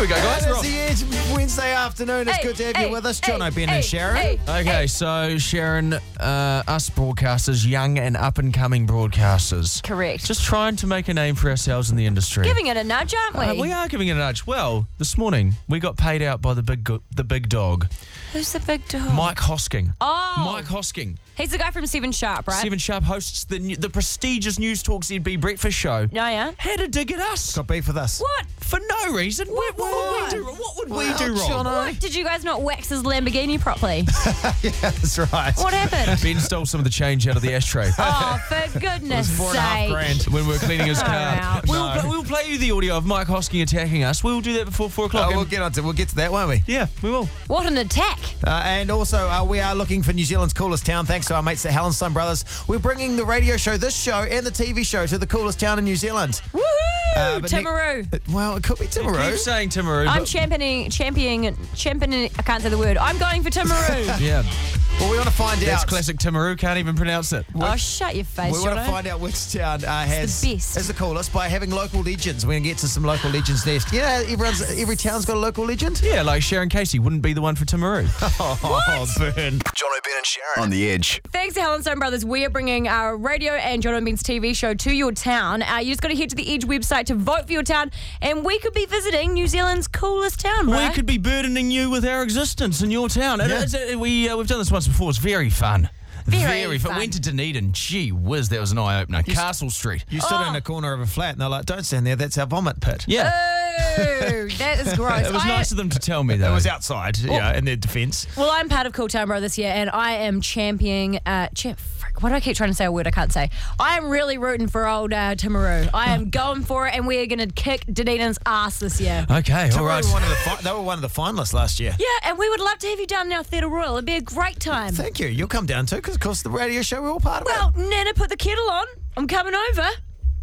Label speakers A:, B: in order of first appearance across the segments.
A: we go, guys. We're
B: It's
A: off.
B: the Edge Wednesday afternoon. It's
C: Hey,
B: good to have you
C: hey,
B: with us, John
C: hey,
B: O'Brien
C: hey,
B: and Sharon.
C: hey.
A: Okay, so Sharon, uh, us broadcasters, young and up and coming broadcasters.
C: Correct.
A: Just trying to make a name for ourselves in the industry.
C: Giving it a nudge, aren't we?
A: Uh, we are giving it a nudge. Well, this morning we got paid out by the big go- the big dog,
C: Who's the big dog?
A: Mike Hosking.
C: Oh.
A: Mike Hosking.
C: He's the guy from Seven Sharp, right?
A: Seven Sharp hosts the new, the prestigious News Talk ZB breakfast show.
C: No, yeah.
A: Had a dig at us
B: Got beef with us.
C: What?
A: for no reason. What,
C: why?
A: would we do? What would
B: Well,
A: we do wrong?
B: Jono.
C: What? Did you guys not wax his Lamborghini properly?
B: That's right.
C: What happened?
A: Ben stole some of the change out of the ashtray.
C: oh, for goodness
B: Four and a half
C: sake.
B: grand.
A: when we're cleaning his car.
C: Wow.
A: We'll, pl- we'll play you the audio of Mike Hosking attacking us. We'll do that before four
B: Oh,
A: o'clock.
B: we'll
A: and-
B: get on to we'll get to that, won't we?
A: yeah, we will.
C: What an attack.
B: Uh, and also, uh, we are looking for New Zealand's coolest town. Thanks to our mates at Hallenstein Brothers, we're bringing the radio show, this show, and the TV show to the coolest town in New Zealand.
C: Woohoo!
B: Uh, but ne-
C: Timaru.
B: Uh, Well, it could be
A: Keep
B: Timaru.
A: saying Timaru.
C: I'm
A: but-
C: championing, championing, championing. I can't say the word. I'm going for Timaru.
A: Yeah,
B: Well, we want to find
A: that's
B: out.
A: classic Timaru. Can't even pronounce it.
C: oh, shut your face,
B: We want to
C: Jono.
B: find out which town uh, has
C: the best.
B: is the coolest by having local legends. We're gonna get to some local legends next. You know, how everyone's every town's got a local legend.
A: Yeah, like Sharon Casey wouldn't be the one for Timaru.
B: Oh, burn!
D: John O'Brien and Sharon on the edge.
C: Thanks to Hallenstone Brothers, we are bringing our radio and John and Ben's TV show to your town. Uh, you just got to head to the Edge website to vote for your town, and we could be visiting New Zealand's coolest town,
A: we
C: right?
A: could be burdening you with our existence in your town. And
B: Yeah.
A: it's- uh, we uh, we've done this once before. It's very fun.
C: Very
A: fun.
C: fun.
A: Went to Dunedin. Gee whiz, that was an eye opener. Castle Street.
B: You stood in a corner of a flat, and they're like, "Don't stand there. That's our vomit pit."
A: Yeah,
C: Oh, that is gross.
A: it was
C: I-
A: nice of them to tell me though.
B: It was outside, yeah, in their defence.
C: Well, I'm part of Cool Town Bro this year, and I am championing. Uh, champ, frick, why do I keep trying to say a word I can't say? I am really rooting for old uh, Timaru. I am going for it, and we are going to kick Dunedin's ass this year.
A: Okay, all
B: They were
A: right.
B: one of the fi- they were one of the finalists last year.
C: Yeah, and we would love to have you down in our Theatre Royal. It'd be a great time.
B: Thank you. You'll come down too, because of course the radio show we're all part of. it.
C: Well, Nana put the kettle on. I'm coming over.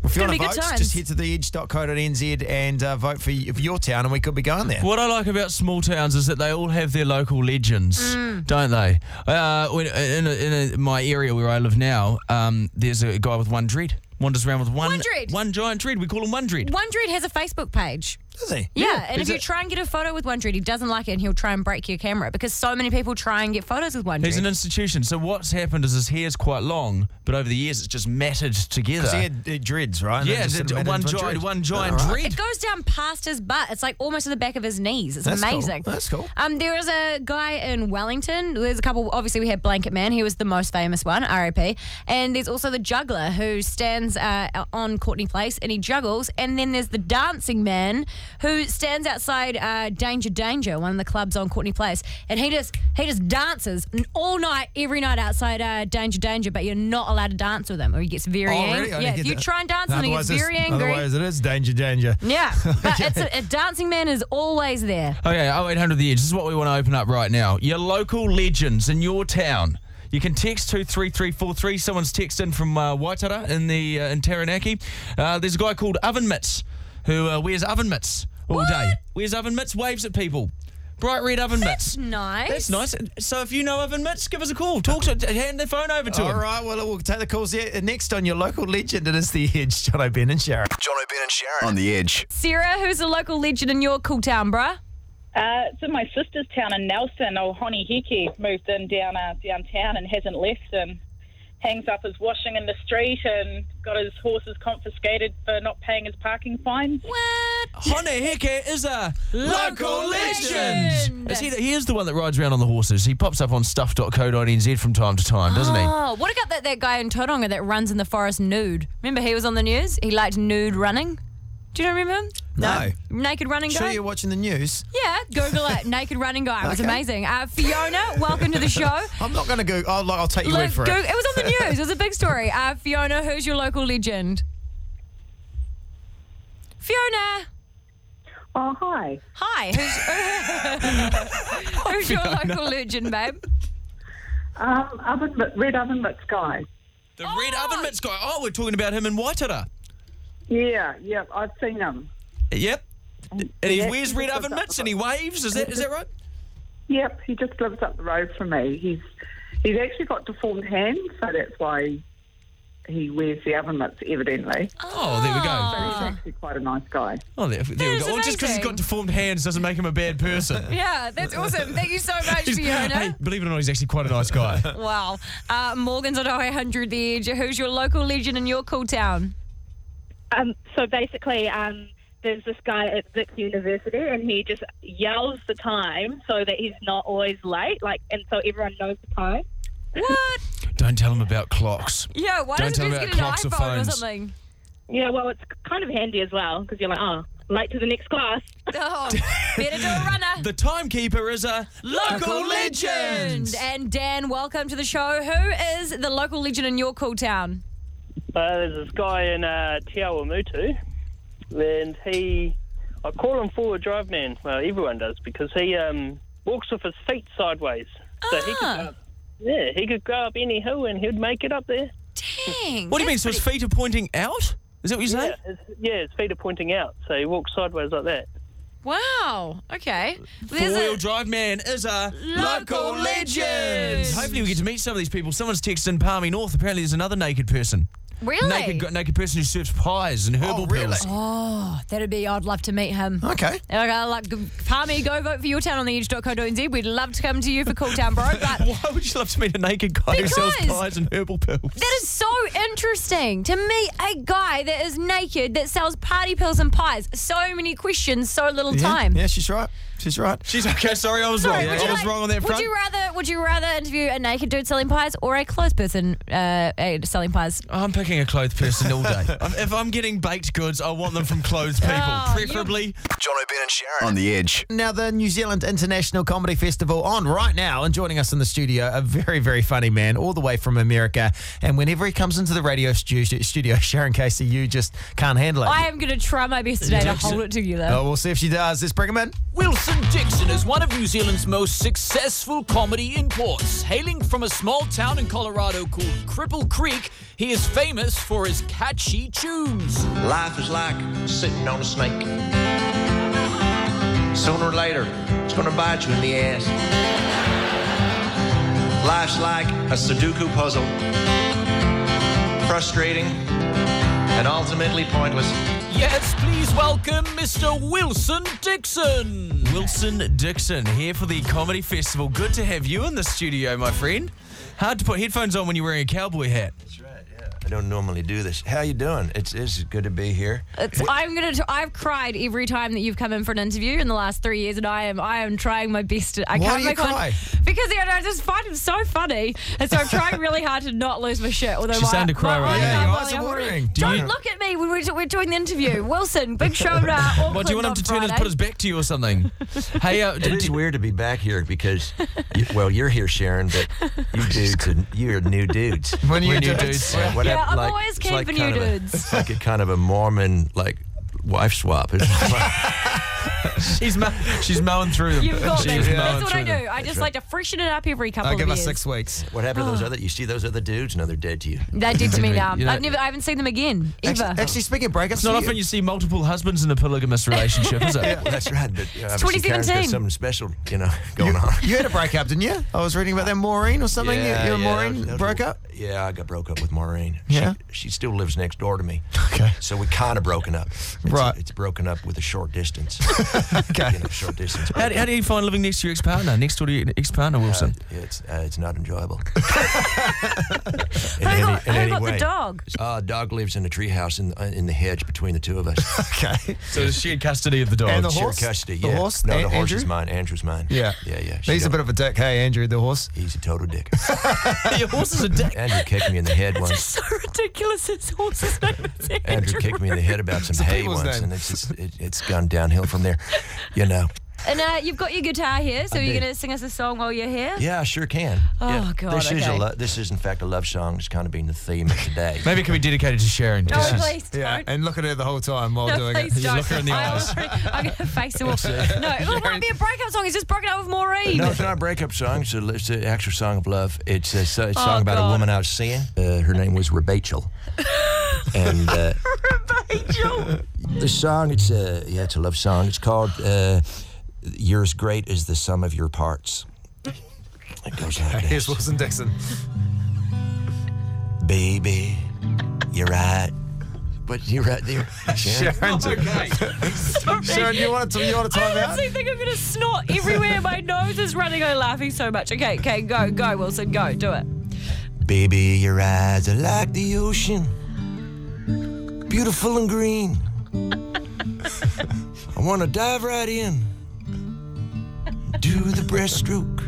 B: if you
C: gonna
B: want
C: be
B: to
C: good
B: vote,
C: times.
B: just head to theedge.co.nz and uh, vote for, y- for your town, and we could be going there.
A: What I like about small towns is that they all have their local legends,
B: Mm.
A: don't they? Uh, when, in a, in a, my area where I live now, um, there's a guy with one dread. Wanders around with one,
C: One dread?
A: one giant dread. We call him one dread.
C: One Dread has a Facebook page.
B: Does he?
C: Yeah, and
A: he's
C: if you
A: a-
C: try and get a photo with One Dread, he doesn't like it and he'll try and break your camera because so many people try and get photos with One
A: He's
C: Dread.
A: an institution. So what's happened is his hair's quite long, but over the years it's just matted together.
B: Because he had uh, dreads, right? And they
A: yeah,
B: just sort
A: the-
B: of made
A: one,
B: into a
A: giant,
B: dread.
A: one giant dread.
C: it goes down past his butt. It's like almost to the back of his knees. It's
B: That's cool.
C: amazing.
B: That's cool.
C: Um, there is a guy in Wellington. There's a couple. Obviously, we had Blanket Man. He was the most famous one, RIP. And there's also the juggler who stands uh, on Courtney Place and he juggles. And then there's the dancing man who stands outside uh, Danger Danger, one of the clubs on Courtney Place, and he just he just dances all night, every night outside uh, Danger Danger. But you're not allowed to dance with him, or he gets very
B: Oh,
C: angry.
B: really?
C: Yeah,
B: I didn't
C: if
B: get
C: you
B: that.
C: try and dance, and he gets
B: Otherwise it's-
C: very angry.
B: Otherwise, it is danger, danger.
C: Yeah, but it's a, a dancing man is always there.
A: Okay, 0800 The Edge. This is what we want to open up right now. Your local legends in your town. You can text 23343. Someone's texted in from uh, Waitara in the uh, in Taranaki. Uh, there's a guy called Oven Mitts who uh, wears oven mitts all day. Wears oven mitts, waves at people. Bright red oven mitts.
C: That's nice.
A: That's nice. So if you know oven mitts, give us a call. Talk to hand the phone over to
B: All
A: him.
B: right, well, we'll take the calls there. Next on your local legend, it is the Edge, John O'Brien and Sharon.
D: John O'Brien and Sharon on the edge.
C: Sarah, who's a local legend in your cool town, bruh?
E: Uh, it's in my sister's town in Nelson. Old Honey Hickey moved in down uh, downtown and hasn't left and hangs up his washing in the street and got his horses confiscated for not paying his parking fines.
C: What?
A: Honeheke is a
C: Local legend.
A: Is he, the- he is the one that rides around on the horses. He pops up on stuff.co.nz from time to time, doesn't he?
C: Oh, what about that, that guy in Tauranga that runs in the forest nude? Remember he was on the news? He liked nude running. Do you not remember him?
B: No.
C: Naked running
B: Sure,
C: guy?
B: you're watching the news.
C: yeah, Google it. Naked running guy. It was
B: Okay.
C: amazing. Uh, Fiona, welcome to the show.
B: I'm not going to go. I'll, I'll take your
C: Look,
B: word for
C: Goog-
B: it.
C: it was on the news. It was a big story. Uh, Fiona, who's your local legend? Fiona.
F: Oh, hi.
C: Hi. Who's, who's your local legend, babe?
F: Um, oven, but red oven mix guy.
A: The red oven mitts guy. Oh, we're talking about him in Waitara.
F: Yeah, yeah, I've seen him.
A: Yep. And he
F: Yeah,
A: wears
F: he
A: red
F: just
A: oven
F: does
A: mitts
F: that.
A: and he waves. Is that is that right?
F: Yep, he just lives up the road from me. He's he's actually got deformed hands, so that's why he wears the oven mitts, evidently.
A: Oh, there we go.
C: Ah.
F: actually quite a nice guy.
A: Oh, there, there we
C: That
A: go.
C: is
A: Or just because he's
C: amazing.
A: got deformed hands doesn't make him a bad person.
C: Yeah, that's awesome. Thank you so much,
A: He's-
C: Fiona.
A: hey, believe it or not, he's actually quite a nice guy.
C: Wow. Uh, Morgan's on 0800 The Edge. Who's your local legend in your cool town?
G: Um, so basically, um, there's this guy at Vic University, and he just yells the time so that he's not always late. Like, and so everyone knows the time.
C: What?
A: Don't tell him about clocks.
C: Yeah, why
A: Don't
C: doesn't
A: tell
C: he
A: me
C: just
A: about
C: get an
A: clocks or
C: iPhone or
A: phones.
C: something?
G: Yeah, well, it's kind of handy as well because you're like, oh, late to the next class.
C: Oh, better do a runner.
A: The timekeeper is a local legend.
C: And Dan, welcome to the show. Who is the local legend in your cool town?
H: Uh, there's this guy in uh, Te Awamutu, and he, I call him forward drive man. Well, everyone does because he um, walks with his feet sideways, so he could,
C: Ah.
H: go up, yeah, he could go up any hill and he'd make it up there.
C: Dang.
A: What do you mean? So his feet are pointing out? Is that what you're saying?
H: Yeah, his, yeah, his feet are pointing out, so he walks sideways like that.
C: Wow. Okay. There's
A: Four-wheel
C: a-
A: drive man is a
C: Local legend.
A: Hopefully, we get to meet some of these people. Someone's texted in Palmy North. Apparently, there's another naked person.
C: really?
A: Naked, got naked person who serves pies and herbal
B: Oh, really?
A: pills.
C: oh, that'd be, I'd love to meet him.
B: Okay.
C: Okay, like, Palmy, go vote for your town on the edge.co.nz. We'd love to come to you for Cool Town Bro, but
A: Why would you love to meet a naked guy who sells
C: Because-
A: pies and herbal pills?
C: That is so interesting to meet a guy that is naked that sells party pills and pies. So many questions, so little
B: Yeah,
C: time.
B: Yeah, she's right. She's right.
A: She's okay. Sorry, I was
C: Sorry,
A: wrong.
C: would you
A: I was
C: like-
A: wrong on that front.
C: Would you rather would you rather interview a naked dude selling pies or a clothes person uh, uh, selling pies?
A: I'm picking a clothes person all day. I'm- if I'm getting baked goods, I want them from clothes people,
C: Oh, you-
A: preferably.
D: John O'Brien and Sharon on the edge.
B: Now, the New Zealand International Comedy Festival on right now, and joining us in the studio, a very, very funny man, all the way from America. And whenever he comes into the radio stu- studio, Sharon Casey, you just can't handle it.
A: Oh,
C: I am going to try my best today to hold it together.
B: Oh, we'll see if she does. Let's bring him in.
I: Wilson Dixon is one of New Zealand's most successful comedy imports. Hailing from a small town in Colorado called Cripple Creek, he is famous for his catchy tunes.
J: Life is like sitting on a snake. Sooner or later, it's gonna bite you in the ass. Life's like a Sudoku puzzle. Frustrating and ultimately pointless.
I: Yes, please welcome Mr. Wilson Dixon.
A: Wilson Dixon here for the comedy festival. Good to have you in the studio, my friend. Hard to put headphones on when you're wearing a cowboy hat.
J: That's right, yeah. I don't normally do this. How you doing? It's, it's good to be here.
C: It's, I'm going to I've cried every time that you've come in for an interview in the last 3 years and I am I am trying my best. To, I
B: Why
C: can't
B: do you
C: make
B: cry?
C: one because you know, I just find him so funny. And so I'm trying really hard to not lose my shit. Although
A: She
C: my,
A: sounded
C: my
A: cry right
C: eyes
A: there.
C: are
A: Your
B: eyes are
C: welling.
B: watering. Do
C: Don't
A: you-
C: look at me when we're, we're doing the interview. Wilson, big show now.
A: What do you want him to turn his put his back to you or something? hey, uh, d-
J: It is
A: d-
J: weird to be back here because, you, well, you're here, Sharon, but you dudes, are, you're new dudes.
B: When you
A: We're new
B: do- uh,
A: dudes.
J: Yeah, what
C: Yeah,
J: hap-
C: I'm always
J: it's
C: keen for new
J: kind of a-
C: dudes.
J: it's like a kind of a Mormon like wife swap. It's like-
A: she's mow- she's mowing through them.
C: You've got
A: she's
C: this. That's
A: mowing
C: what I
A: through
C: do.
A: them.
C: I just like to freshen it up every couple
B: I'll
C: of
B: give her
C: years.
B: six weeks.
J: what happened to those other? You see those other dudes? No, they're dead to you.
C: That did to me now.
A: You know-
C: I've never, I haven't seen them again ever.
B: Actually, actually, speaking of breakups,
A: It's not often you see multiple husbands in a polygamous relationship, is it?
J: Well, that's right. But you know, obviously Karen's
C: 2017.
J: got something special, you know, going on.
B: you had a breakup, didn't you? I was reading about that Maureen or something. You- you and Maureen
J: that was-
B: broke up.
J: Yeah, I got broke up with Maureen.
B: Yeah?
J: She, she still lives next door to me.
B: Okay.
J: So we kind of broken up. It's,
B: Right.
J: It's broken up with a short distance.
B: Okay.
J: You know, short distance.
A: How, do- how do you find living next to your ex-partner, next door to your ex-partner, Wilson?
J: Yeah, it's uh, it's not enjoyable.
C: Who got- who got the dog?
J: Uh, dog lives in a treehouse in uh, in the hedge between the two of us.
B: Okay.
A: so she had custody of the dog.
B: And the
J: Shared
B: horse?
J: Oh, custody.
B: The
J: Yeah.
B: horse?
J: No,
B: A-
J: the horse is
B: Andrew?
J: mine. Andrew's mine.
B: Yeah.
J: Yeah, yeah. She
B: He's a
J: don't-
B: bit of a dick. Hey, Andrew, the horse.
J: He's a total dick.
A: your horse is a dick.
J: Andrew kicked me in the head
C: It's
J: once.
C: so ridiculous. His horse's name is Andrew.
J: Andrew kicked me in the head about some hay
B: people's
J: once,
B: name.
J: and it's just, it, it's gone downhill from there. You know.
C: And uh, you've got your guitar here, so
J: I
C: you're
J: do.
C: going to sing us a song while you're here?
J: Yeah, I sure can.
C: Oh,
J: yeah.
C: God,
J: This is a
C: okay.
J: lo- this is in fact a love song. It's kind of been the theme of today.
A: Maybe it can be dedicated to Sharon.
C: No,
A: Just-
C: please don't.
B: Yeah, and look at her the whole time while
C: No,
B: doing
C: please
B: it.
C: don't.
A: look her in the
C: I
A: eyes.
C: already- I'm going to face the wall. No, well, it won't be a breakup song. He's just broken up with Maureen.
J: No, it's not a breakup song. It's, a, it's an actual song of love. It's a, so- it's a song
C: Oh,
J: about
C: God.
J: a woman I was seeing. Uh, her name was Rebachel. and uh,
C: Rachel.
J: the song, it's a yeah, it's a love song. It's called uh, "You're as Great as the Sum of Your Parts." It goes like
B: Here's
J: this.
B: Wilson Dixon.
J: Baby, you're right. But you're right there. Sharon.
B: Sharon's-
C: Oh,
B: Sharon, you want to you want to time
C: I
B: out?
C: honestly think I'm going to snot everywhere. My nose is running. I'm laughing so much. Okay, okay, go, go, Wilson, go, do it.
J: Baby, your eyes are like the ocean, beautiful and green. I want to dive right in, do the breaststroke.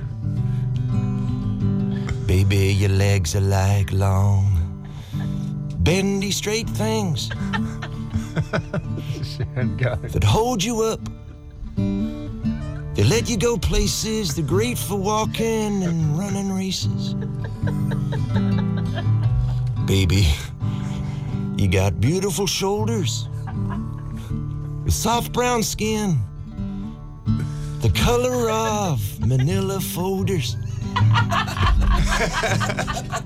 J: Baby, your legs are like long, bendy, straight things that hold you up. They let you go places, they're great for walking and running races. Baby, you got beautiful shoulders with soft brown skin, the color of manila folders.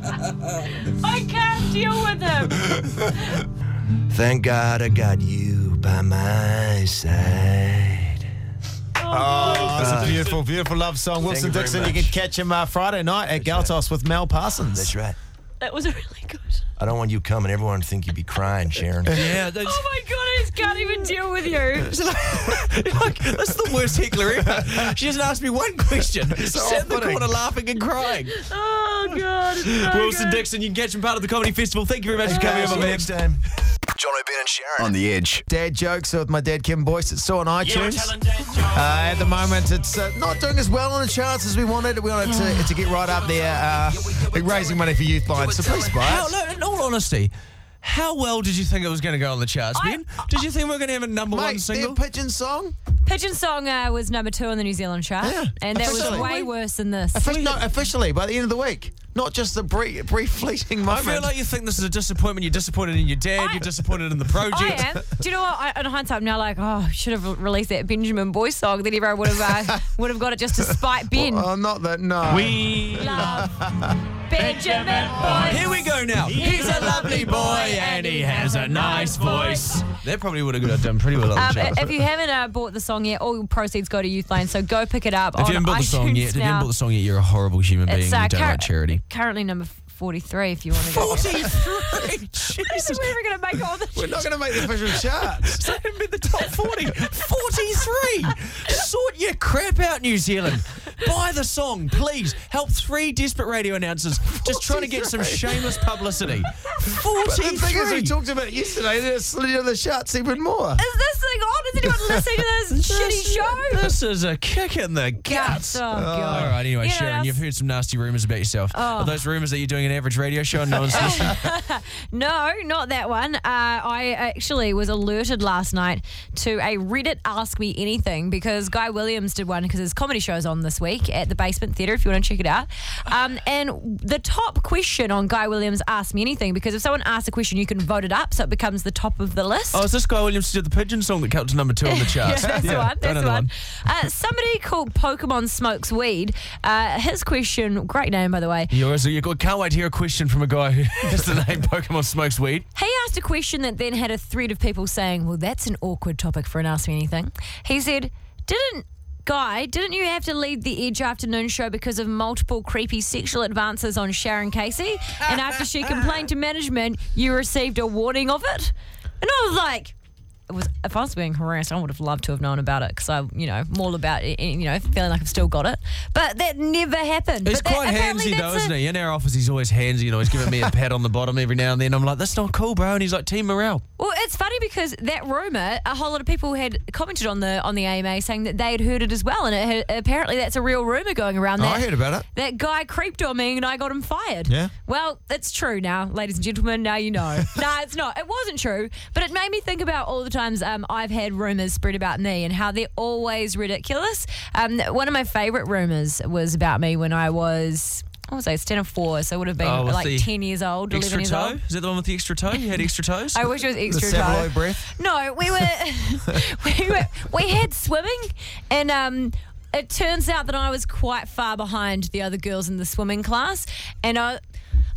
C: I can't deal with him.
J: Thank God I got you by my side.
B: Oh, it's a beautiful, beautiful love song. Wilson
J: you very
B: Dixon, you
J: much.
B: can catch him uh, Friday night at Galtos with Mel Parsons.
J: That's right.
C: That was a really good.
J: I don't want you coming. Everyone would think you'd be crying, Sharon.
A: Yeah, that's,
C: Oh my god, I just can't even deal with you.
A: like, that's the worst heckler ever. She doesn't ask me one question. She sat in the
B: off-putting.
A: corner laughing and crying.
C: Oh god. it's so
A: Wilson
C: good.
A: Dixon, you can catch him part of the comedy festival. Thank you very much for coming over, man.
J: next time.
D: John O'Brien and Sharon on the edge.
B: Dad jokes with my dad Kim Boyce. It's still on iTunes. Uh, at the moment, it's uh, not doing as well on the charts as we wanted. We wanted to, to get right up there. Uh, we're raising money for youth blinds. So please buy
A: How,
B: it.
A: no, in all honesty, how well did you think it was going to go on the charts, Ben? Did you think we were going to have a number one
B: Mate, their
A: single?
B: pigeon song.
C: Pigeon Song uh, was number two on the New Zealand chart,
B: Yeah,
C: and that was
B: officially.
C: way worse than this.
B: Offic- no, officially by the end of the week, not just the brief, brief fleeting
A: I
B: moment.
A: feel like you think this is a disappointment. You're disappointed in your dad.
C: I-
A: you're disappointed in the project.
C: I am. Do you know what? I, in hindsight, I'm now like, oh, should have re- released that Benjamin Boyce song. Then everyone would have uh, would have got it just to spite Ben.
A: uh,
B: oh, not that. No.
A: We
C: Love Benjamin Boyce.
A: Here we go now. He's a lovely boy and he has a nice voice. That probably would have done pretty well on
C: Um,
A: the charts.
C: if you haven't uh, bought the song yet, all proceeds go to Youthline, so go pick it up
A: If
C: on
A: you haven't bought the
C: iTunes
A: song yet, if you
C: now.
A: haven't bought the song yet, you're a horrible human being.
C: it's uh,
A: you don't
C: cur-
A: like charity.
C: currently number 43 if you want to go.
A: 43?
C: I didn't
A: Jesus.
C: think we were going to make all the
B: We're not going to make the official charts.
A: So in the top 40. 43! Sort your crap out, New Zealand. Buy the song, please. Help three desperate radio announcers just trying to get some shameless publicity. 43!
B: The thing is, we talked about it yesterday, and it slid into the charts even more.
C: Is this thing on? Is anyone listening to this shitty show?
A: This is a kick in the guts.
C: Oh, God.
A: All right, anyway,
C: Yeah,
A: Sharon,
C: that's-
A: you've heard some nasty rumours about yourself. Are those rumours that you're doing an average radio show and no one's listening?
C: No, not that one. Uh, I actually was alerted last night to a Reddit Ask Me Anything because Guy Williams did one because his comedy show's on this week at the Basement Theatre if you want to check it out. Um, and the top question on Guy Williams Ask Me Anything because if someone asks a question, you can vote it up so it becomes the top of the list.
A: Oh, is this guy Williams who did the pigeon song that came to number two on the charts?
C: Yeah, that's the one. That's
A: another
C: the one. Uh, somebody called Pokemon Smokes Weed. Uh, his question, great name by the way.
A: Yours, you can't wait to hear a question from a guy who has the name Pokemon Smokes Weed.
C: He asked a question that then had a thread of people saying, "Well, that's an awkward topic for an Ask Me Anything." He said, "Didn't." Guy, didn't you have to leave the Edge afternoon show because of multiple creepy sexual advances on Sharon Casey? And after she complained to management, you received a warning of it? And I was like, it was if I was being harassed, I would have loved to have known about it because I, you know, I'm all about it, you know, feeling like I've still got it. But that never happened.
A: He's
C: But that-
A: quite
C: apparently
A: handsy though,
C: that's
A: isn't
C: a-
A: he? In our office, he's always handsy and always giving me a pat on the bottom every now and then. I'm like, that's not cool, bro. And he's like, team morale.
C: Well, it's funny because that rumor, a whole lot of people had commented on the on the AMA saying that they had heard it as well, and it had, apparently that's a real rumor going around. That,
B: I heard about it.
C: That guy creeped on me, and I got him fired.
B: Yeah.
C: Well, it's true now, ladies and gentlemen. Now you know. nah, it's not. It wasn't true, but it made me think about all the times um, I've had rumors spread about me and how they're always ridiculous. Um, one of my favorite rumors was about me when I was. What was I? Standard four, so it would have been
A: Oh, with
C: like
A: the
C: ten years old, eleven
A: Extra
C: years
A: toe?
C: old.
A: Is that the one with the extra toe? You had extra toes?
C: I wish it was
B: The
C: extra
B: Savalo
C: time.
B: breath.
C: No, we were we were we had swimming, and um, it turns out that I was quite far behind the other girls in the swimming class, and I.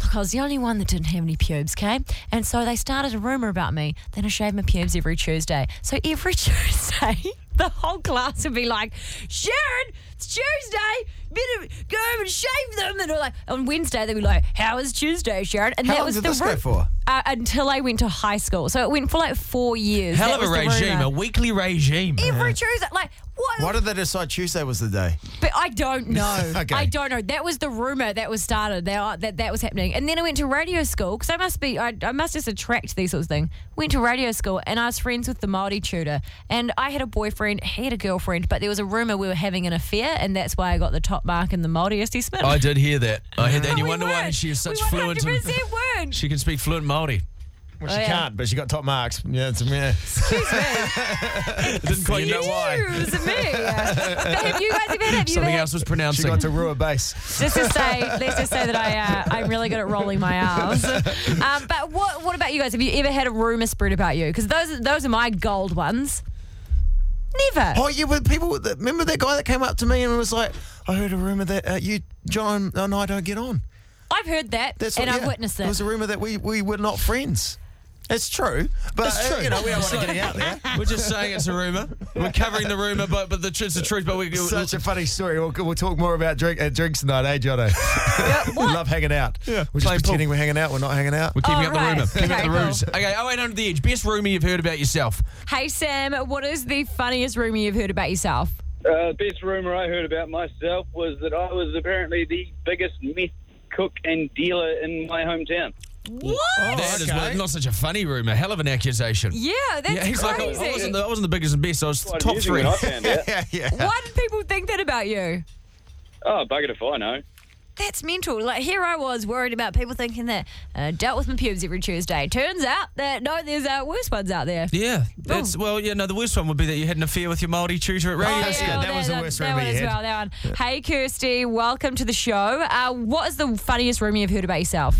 C: Look, I was the only one that didn't have any pubes, okay? And so they started a rumor about me. Then I shaved my pubes every Tuesday. So every Tuesday, the whole class would be like, Sharon, it's Tuesday. Better go over and shave them. And all like, on Wednesday, they'd be like, How is Tuesday, Sharon? And
B: How
C: that
B: long
C: was
B: did
C: the
B: this
C: ru-
B: go for?
C: Uh, until I went to high school. So it went for like four years.
A: Hell
C: That
A: of a
C: was the
A: regime,
C: rumour.
A: a weekly regime.
C: Every Tuesday, like what?
B: Why did they decide Tuesday was the day?
C: But I don't know.
B: Okay.
C: I don't know. That was the rumor that was started. That that, that was happening. And then I went to radio school because I must be. I, I must just attract these sorts of things. Went to radio school and I was friends with the Maori tutor. And I had a boyfriend. He had a girlfriend. But there was a rumor we were having an affair, and that's why I got the top mark in the Maori assessment.
A: I did hear that. I heard that. Oh, And you
C: We
A: wonder why
C: weren't.
A: she is
C: We
A: such fluent. and-
C: 100% weren't.
A: She can speak fluent Maori.
B: Well,
C: Oh,
B: she
C: yeah.
B: can't, but she got top marks. Yeah, it's yeah.
A: Didn't quite know why.
C: Excuse me. have you guys ever had? Have you ever
A: Something
C: had
A: else was
B: She
A: pronouncing.
B: got to Rua base.
C: just to say, let's just say that I uh, I'm really good at rolling my arms. Um, but what what about you guys? Have you ever had a rumor spread about you? Because those those are my gold ones. Never.
B: Oh, yeah, but people, that- remember that guy that came up to me and was like, I heard a rumour that uh, you, John, and I don't get on.
C: I've heard that,
B: That's
C: and
B: what,
C: I've
B: yeah,
C: witnessed
B: It was
C: it.
B: a rumour that we, we were not friends. It's true, but
A: It's
B: uh,
A: true.
B: you know, we don't want to get it out there.
A: We're just saying it's a rumor. We're covering the rumor, but but the truth's the truth. But we
B: Such a funny story. We'll, we'll talk more about drink, uh, drinks tonight, eh, Jono? we love hanging out. Yeah, we're just
A: Playing pool.
B: pretending we're hanging out. We're not hanging out.
A: We're keeping
C: Oh,
A: up
C: right.
A: the rumor. Keeping up
C: Okay,
A: the
C: cool.
A: ruse. Okay, 0800 The Edge. Best rumor you've heard about yourself.
C: Hey Sam, what is the funniest rumor you've heard about yourself?
K: Uh, best rumor I heard about myself was that I was apparently the biggest meth cook and dealer in my hometown.
C: What?
A: That is
B: okay.
A: what- not such a funny rumor. Hell of an accusation.
C: Oh, yeah, that's
A: Yeah, he's like, I-
C: crazy.
A: I, wasn't the, I wasn't the biggest and best. I was
K: Quite
A: top
K: amusing
A: three.
K: when I found out.
B: Yeah, yeah.
C: Why did people think that about you?
K: Oh, bugger if I know.
C: That's mental. Like here I was worried about people thinking that uh, dealt with my pubes every Tuesday. Turns out that no, there's uh, worse ones out there.
A: Yeah, that's
C: Oh.
A: well. Yeah, no. The worst one would be that you had an affair with your Maori tutor at radio.
B: yeah.
A: school.
B: that
C: well,
B: was the worst
C: that
B: rumor
C: one
B: you
C: as
B: had.
C: well, that one. Hey, Kirsty, welcome to the show. Uh, what is the funniest rumor you've heard about yourself?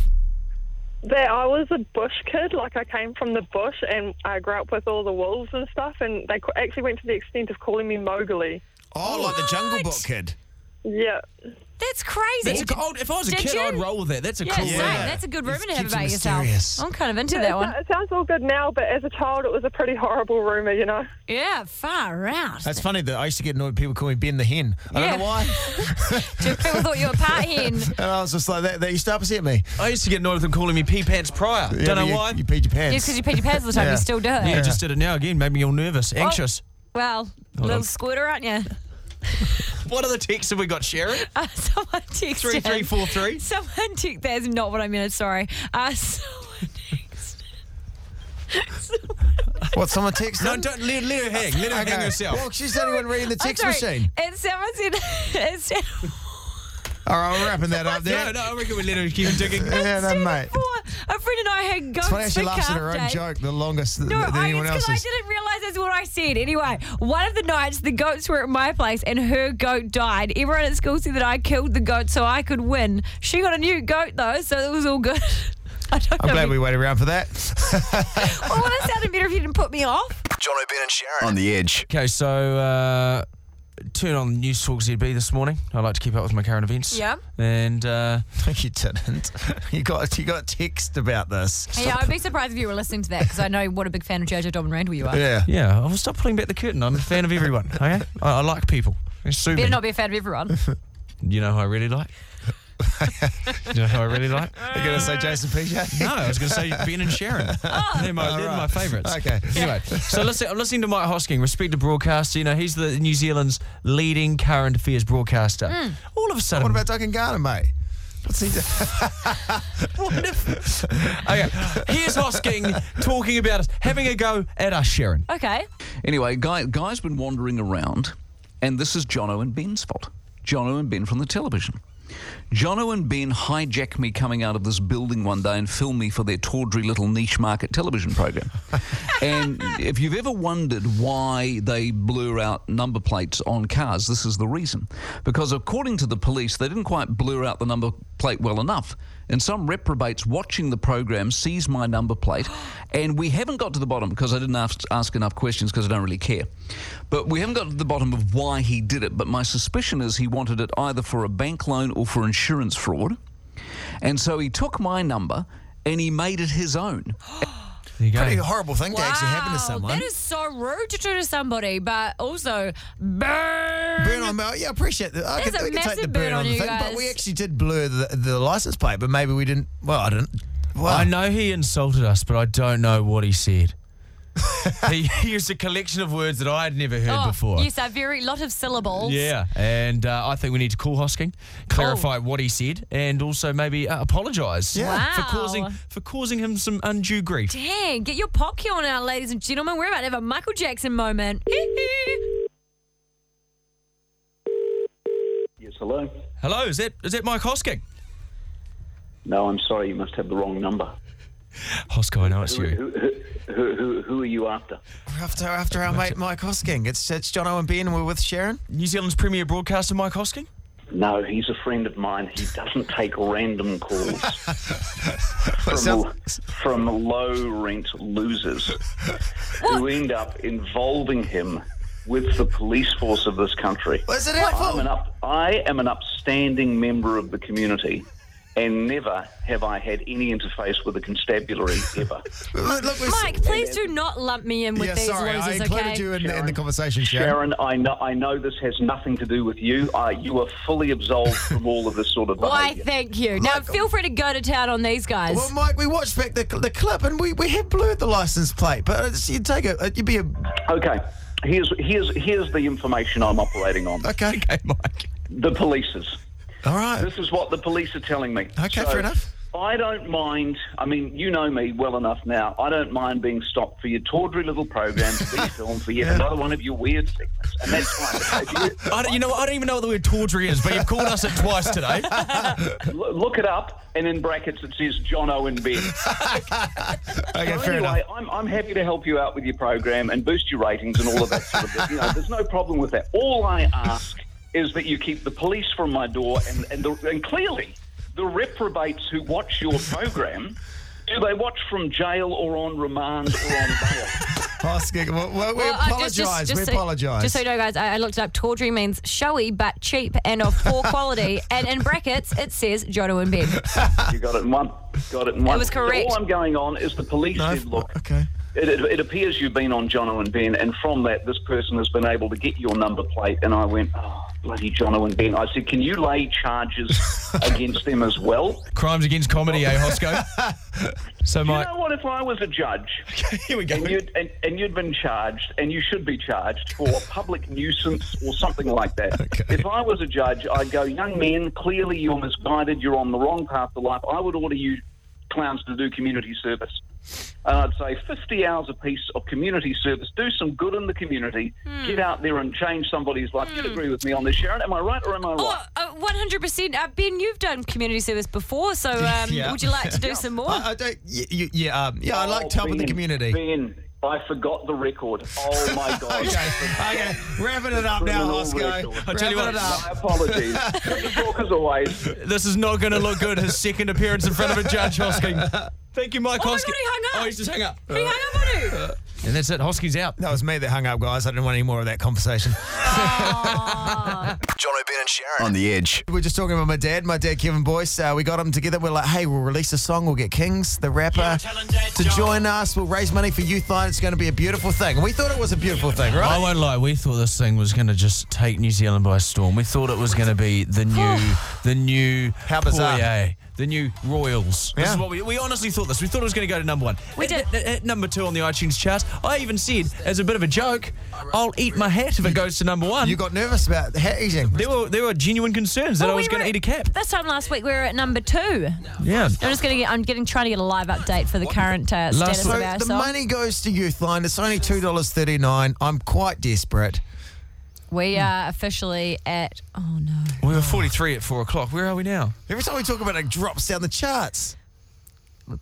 H: That I was a bush kid, like I came from the bush and I grew up with all the wolves and stuff, and they ca- actually went to the extent of calling me Mowgli.
B: Oh, like the Jungle Book
C: What?
B: kid.
H: Yeah.
C: That's crazy.
A: That's a, co- oh, if I was a
C: Did
A: kid,
C: you?
A: I'd roll with that. That's a
C: yeah,
A: cool.
C: same.
A: rumor.
C: That's a good
B: It
C: rumor to have
B: keeps you
C: about yourself.
B: mysterious.
C: I'm kind of into
H: It-
C: that one.
H: It sounds all good now, but as a child, it was a pretty horrible rumor, you know.
C: Yeah, far out.
B: That's funny that I used to get annoyed. People call me Ben the Hen. I
C: Yeah.
B: don't know why.
C: People thought you were a part hen.
B: And I was just like, they, they used to upset me.
A: I used to get annoyed with them calling me pee pants prior.
B: Yeah,
A: Don't
B: but
A: know
B: you,
A: why.
B: You peed your pants.
C: Just because you peed your pants all the time,
B: Yeah.
C: you still do it.
A: yeah, just did it now again. Made me all nervous,
C: Oh.
A: anxious.
C: Well, little
A: on.
C: squirter, aren't you?
A: What other texts have we got, Sharon?
C: Uh, someone texted.
A: Three, three, four, three.
C: Someone ticked. That is not what I meant. Sorry. Uh, someone ticked.
B: What, someone texted?
A: No, don't let, let her hang. Let her hang
B: Well,
A: herself.
B: she's the only one reading the
C: I'm
B: text
C: oh, sorry.
B: machine.
C: And someone said, and someone
B: All right, we're wrapping that up
A: No,
B: there.
A: no, I reckon we let her keep digging.
B: Yeah, no,
C: said
B: mate.
C: before, a friend and I had goats
B: It's funny how she
C: for
B: laughs at
C: calf
B: her own
C: day.
B: joke the longest th-
C: No,
B: than
C: I,
B: anyone
C: it's 'cause I
B: else's.
C: didn't realise that's what I said. Anyway, one of the nights the goats were at my place and her goat died. Everyone at school said that I killed the goat so I could win. She got a new goat though, so it was all good. I don't
B: I'm
C: know. Oh,
B: glad we waited around for that.
C: Well, would have sounded better if you didn't put me off.
D: Jono, Ben, and Sharon on the Edge.
A: Okay, so uh, turn on News Talk ZB this morning. I like to keep up with my current events.
C: Yeah.
A: And uh,
B: you didn't. You got you got a text about this.
C: Yeah, I'd be surprised if you were listening to that because I know what a big fan of JoJo Dobbin Randall you are.
B: Yeah.
A: yeah, I will stop pulling back the curtain. I'm a fan of everyone. Okay, I, I like people. It's Sue
C: Better
A: me.
C: not be a fan of everyone.
A: You know who I really like? you know who I really like?
B: You're going to say Jason PJ?
A: No, I was going to say Ben and Sharon.
C: Oh.
A: they're my, they're my favourites.
B: Okay.
A: Anyway, so listen, I'm listening to Mike Hosking, respected broadcaster. You know, he's the New Zealand's leading current affairs broadcaster.
C: Mm.
A: All of a sudden,
B: What about Duncan Garner, mate? What's he do-
A: okay, here's Hosking talking about us, having a go at us, Sharon.
C: Okay.
L: Anyway, guy, guy's been wandering around, and this is Jono and Ben's fault. Jono and Ben from the television. Jono and Ben hijack me coming out of this building one day and film me for their tawdry little niche market television program. and if you've ever wondered why they blur out number plates on cars, this is the reason. Because according to the police, they didn't quite blur out the number plate well enough. And some reprobates watching the program sees my number plate, and we haven't got to the bottom because I didn't ask, ask enough questions because I don't really care. But we haven't got to the bottom of why he did it. But my suspicion is he wanted it either for a bank loan or for insurance fraud.
M: And so he took my number and he made it his own.
B: Pretty horrible thing to actually happen to someone.
C: That is so rude to do to somebody, but also burn.
B: Burn on Mel. Yeah, I appreciate that. I
C: There's
B: can,
C: a
B: I can take
C: massive
B: the
C: burn
B: burn
C: on
B: on the
C: you
B: thing,
C: guys.
B: but we actually did blur the, the license plate, but maybe we didn't. Well, I didn't. Well,
A: I know he insulted us, but I don't know what he said. he used a collection of words that I had never heard
C: Oh,
A: before.
C: Yes, a very lot of syllables.
A: Yeah, and uh, I think we need to call Hosking,
C: Oh.
A: clarify what he said, and also maybe uh, apologise
C: Yeah.
A: for
C: Wow.
A: causing for causing him some undue grief.
C: Dang, get your popcorn out, ladies and gentlemen. We're about to have a Michael Jackson moment.
L: Yes, hello.
A: Hello, is that is that Mike Hosking?
L: No, I'm sorry, you must have the wrong number.
A: Hosco, I know it's
L: Who,
A: you.
L: who, who, who, who are you after?
B: After, after our mate Mike Hosking, it's, it's John Owen Ben, and we're with Sharon.
A: New Zealand's premier broadcaster, Mike Hosking.
L: No, he's a friend of mine. He doesn't take random calls from, from low rent losers who end up involving him with the police force of this country.
B: Was it
L: I'm an up, I am an upstanding member of the community, and never have I had any interface with the constabulary ever.
C: Mike, please do not lump me in with
B: Yeah,
C: these
B: sorry, I
C: losers,
B: included
C: okay?
B: you in, the- in the conversation, Sharon.
L: Sharon, I know, I know this has nothing to do with you. Uh, you are fully absolved from all of this sort of
C: Why,
L: behaviour.
C: thank you. Now, feel free to go to town on these guys.
B: Well, Mike, we watched back the, the clip and we, we had blurred the license plate, but it's, you'd take it, you'd be a.
L: Okay, here's here's here's the information I'm operating on.
B: Okay,
A: okay, Mike.
L: The polices.
B: All right.
L: This is what the police are telling me.
B: Okay, fair enough.
L: I don't mind. I mean, you know me well enough now. I don't mind being stopped for your tawdry little program, to be filmed for yet another one of your weird segments, and that's fine. If you-
A: I don't, you know, what, I don't even know what the word tawdry is, but you've called us it twice today.
L: L- Look it up, and in brackets it says John Owen Ben.
B: okay,
L: fair anyway, I'm, I'm happy to help you out with your program and boost your ratings and all of that sort of thing. You know, there's no problem with that. All I ask is that you keep the police from my door, and, and, the, and clearly, the reprobates who watch your program, do they watch from jail or on remand or on bail?
B: Hosking, well, well, we
C: Well, I- just-
B: apologise.
C: just- just
B: we
C: so-
B: apologise.
C: Just so you know, guys, I, I looked it up. Tawdry means showy but cheap and of poor quality. and in brackets, it says Jono and Ben.
L: You got it in one. Got it in one.
C: was correct.
L: So all I'm going on is the police said, look,
B: okay.
L: it, it, it appears you've been on Jono and Ben, and from that, this person has been able to get your number plate. And I went, oh, bloody Jono and Ben. I said, can you lay charges against them as well?
A: Crimes against comedy, eh, Hosco? so,
L: Do
A: Mike.
L: You know what? If I was a judge,
A: here we go,
L: and you'd, and, and you'd been charged, and you should be charged for public nuisance or something like that. If I was a judge, I'd go, young men, clearly you're misguided. You're on the wrong path to life. I would order you clowns to do community service. And I'd say 50 hours a piece of community service. Do some good in the community. Get out there and change somebody's life. You'd agree with me on this, Sharon. Am I right or am I wrong?
C: Oh, uh, 100%. Uh, ben, you've done community service before, so um,
L: Yeah.
C: would you like to do some more?
B: I, I don't, y y- yeah, um, yeah, I like to help in the
L: Oh, Ben,
B: community.
L: Ben, I forgot the record. Oh my God.
B: okay, wrapping it up now,
L: Criminal
B: Hosco.
L: record.
A: I tell you what-
B: Wrapping it
L: My
B: up.
L: apologies. Good talk as always.
A: This is not going to look good. His second appearance in front of a judge, Hosking. Thank you, Mike
C: Oh my
A: Hosking.
C: God, he hung up.
A: Oh, he's just hung up.
C: He hung up on you.
A: And that's it. Hosking's out.
B: That was me that hung up, guys. I didn't want any more of that conversation.
D: John O'Brien and Sharon on the edge.
B: We We're just talking about my dad, my dad Kevin Boyce. Uh, we got him together. We're like, hey, we'll release a song. We'll get Kings, the rapper, to join us. We'll raise money for Youth Line. It's going to be a beautiful thing. And we thought it was a beautiful thing, right?
A: I won't lie. We thought this thing was going to just take New Zealand by storm. We thought it was going to be the new,
C: Oh.
A: the new
B: How bizarre.
A: Poirier, the new Royals. This
B: Yeah.
A: is what we, we honestly thought this. We thought it was going to go to number one.
C: We
A: It- it- it- number two on the iTunes chart. I even said, as a bit of a joke, I'll eat my hat if it goes to number one.
B: You got nervous about hat eating.
A: There were there were genuine concerns that
C: Well,
A: I was
C: Oh, we
A: going
C: were-
A: to eat a cat.
C: This time last week, we were at number two.
A: Yeah.
C: I'm just getting. I'm getting trying to get a live update for the current uh,
A: Last
C: status
B: So
C: of our
B: the
C: song.
B: money goes to Youth Line. It's only two dollars thirty nine. I'm quite desperate.
C: We are officially at. Oh no.
A: We were 43 at four o'clock. Where are we now?
B: Every time we talk about it, it drops down the charts.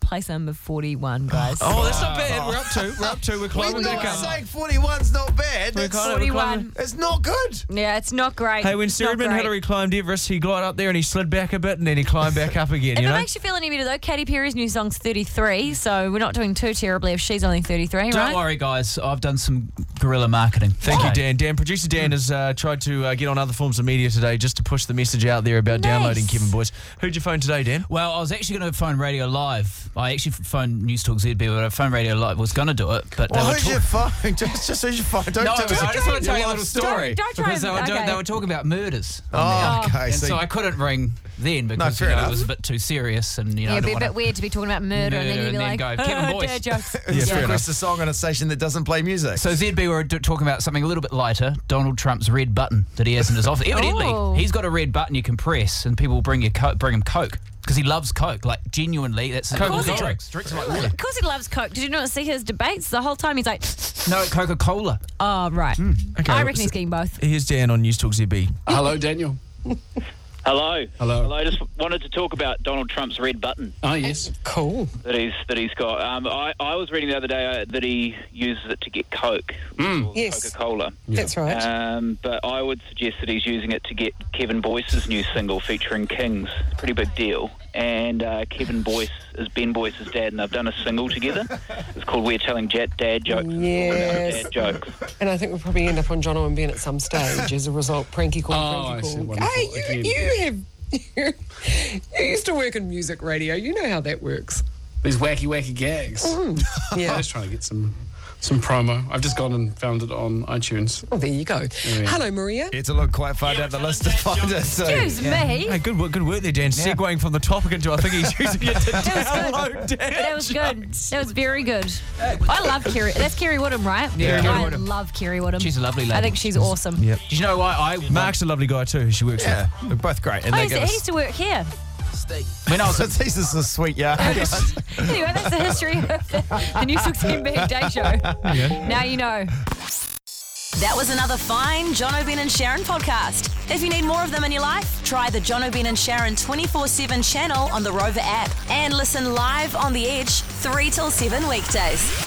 C: Place number 41, guys.
A: Oh, that's not bad. We're up two. We're up two. We're climbing
B: we
A: back
B: thought
A: up.
B: saying 41's not bad.
A: We're
B: It's,
A: kind of- we're climbing-
C: 41.
B: it's not good.
C: Yeah, it's not great.
A: Hey, when
C: It's not
A: Serban
C: great.
A: Hillary climbed Everest, he got up there and he slid back a bit and then he climbed back up again.
C: If
A: you
C: it
A: know.
C: makes you feel any better, though, Katy Perry's new song's 33, so we're not doing too terribly if she's only 33,
N: Don't
C: right?
N: worry, guys. I've done some guerrilla marketing.
A: Thank you, Dan. Dan, producer Dan has uh, tried to uh, get on other forms of media today just to push the message out there about downloading Kevin Boys. Who'd you phone today, Dan?
N: Well, I was actually going to phone Radio Live. I actually phoned News Talk ZB, but I phoned Radio Live. was going to do it, but they
B: Well,
N: were
B: who's
N: talk-
B: your phone? Just, just who's your phone? Don't
N: no,
B: do
N: I just-
B: it.
N: I just want to tell you a little story. because they were, doing- they were talking about murders. on
B: Oh,
N: there.
B: okay,
N: And
B: so
N: so,
B: you-
N: I couldn't ring then because
B: fair
N: you know,
B: enough.
N: it was a bit too serious, and you know,
C: yeah,
N: I
C: it'd
N: don't
C: be a bit
N: want
C: weird to be talking about murder, and then
N: Murder,
C: you'd be
N: and then
C: like,
N: go,
C: "Oh,
N: Kevin Boyce."
C: dad jokes.
B: Yeah, fair request a song on a station that doesn't play music.
N: So ZB were d- talking about something a little bit lighter. Donald Trump's red button that he has in his office. Evidently,
C: Oh.
N: he's got a red button you can press, and people will bring you co- bring him coke because he loves coke. Like genuinely, that's
C: Coke
N: he
C: is good.
N: drinks. Drinks like water.
C: Of course, he loves Coke. Did you not see his debates the whole time? He's like,
N: No, Coca Cola.
C: "Oh, right."
A: Okay,
C: I
A: well,
C: reckon
A: so-
C: he's getting both.
A: Here's Dan on News Talk ZB.
O: Hello, Daniel.
K: Hello.
O: Hello.
K: I just wanted to talk about Donald Trump's red button
O: Oh, yes. Cool.
K: that he's that he's got. Um, I, I was reading the other day uh, that he uses it to get Coke,
P: Yes.
K: Coca Cola.
P: That's right.
K: Um, but I would suggest that he's using it to get Kevin Boyce's new single featuring Kings. It's a pretty big deal. And uh, Kevin Boyce is Ben Boyce's dad, and they've done a single together. It's called "We're Telling Jet Dad Jokes."
P: Yes.
K: Dad jokes.
P: And I think we'll probably end up on John and Ben at some stage as a result. Pranky call,
O: Oh, I
P: pranky
O: see.
P: call.
O: Wonderful.
P: Hey, you, you have. you used to work in music radio. You know how that works.
O: These wacky, wacky gags.
P: yeah.
O: I was trying to get some some promo. I've just gone and found it on iTunes.
P: Oh, there you go. Hello, Maria.
B: It's a look quite far down the list to find it. So.
P: Excuse Yeah. me.
A: Hey, good work, good work there, Dan.
B: Yeah.
A: Segueing from the topic into I think he's using it to
C: That was
A: download
C: good.
A: dad
C: That was good. That was very good. I love Kerry. That's Kerry Woodham, right?
A: Yeah. Kerry
C: I
A: Woodham.
C: love Kerry Woodham.
A: She's a lovely
C: I
A: lady.
C: think she's awesome.
A: Yep.
N: Did you know why I?
A: Mark's a lovely guy too. Who she works
B: Yeah,
A: with. They're both great.
C: oh, he used, to, he used to work here.
N: When I was
B: this is a sweet yard.
C: anyway, that's the history of the, the New Six MB Day Show. Now you know.
Q: That was another fine John O'Bin and Sharon podcast. If you need more of them in your life, try the John O'Bin and Sharon 24 7 channel on the Rover app and listen live on the edge 3 till 7 weekdays.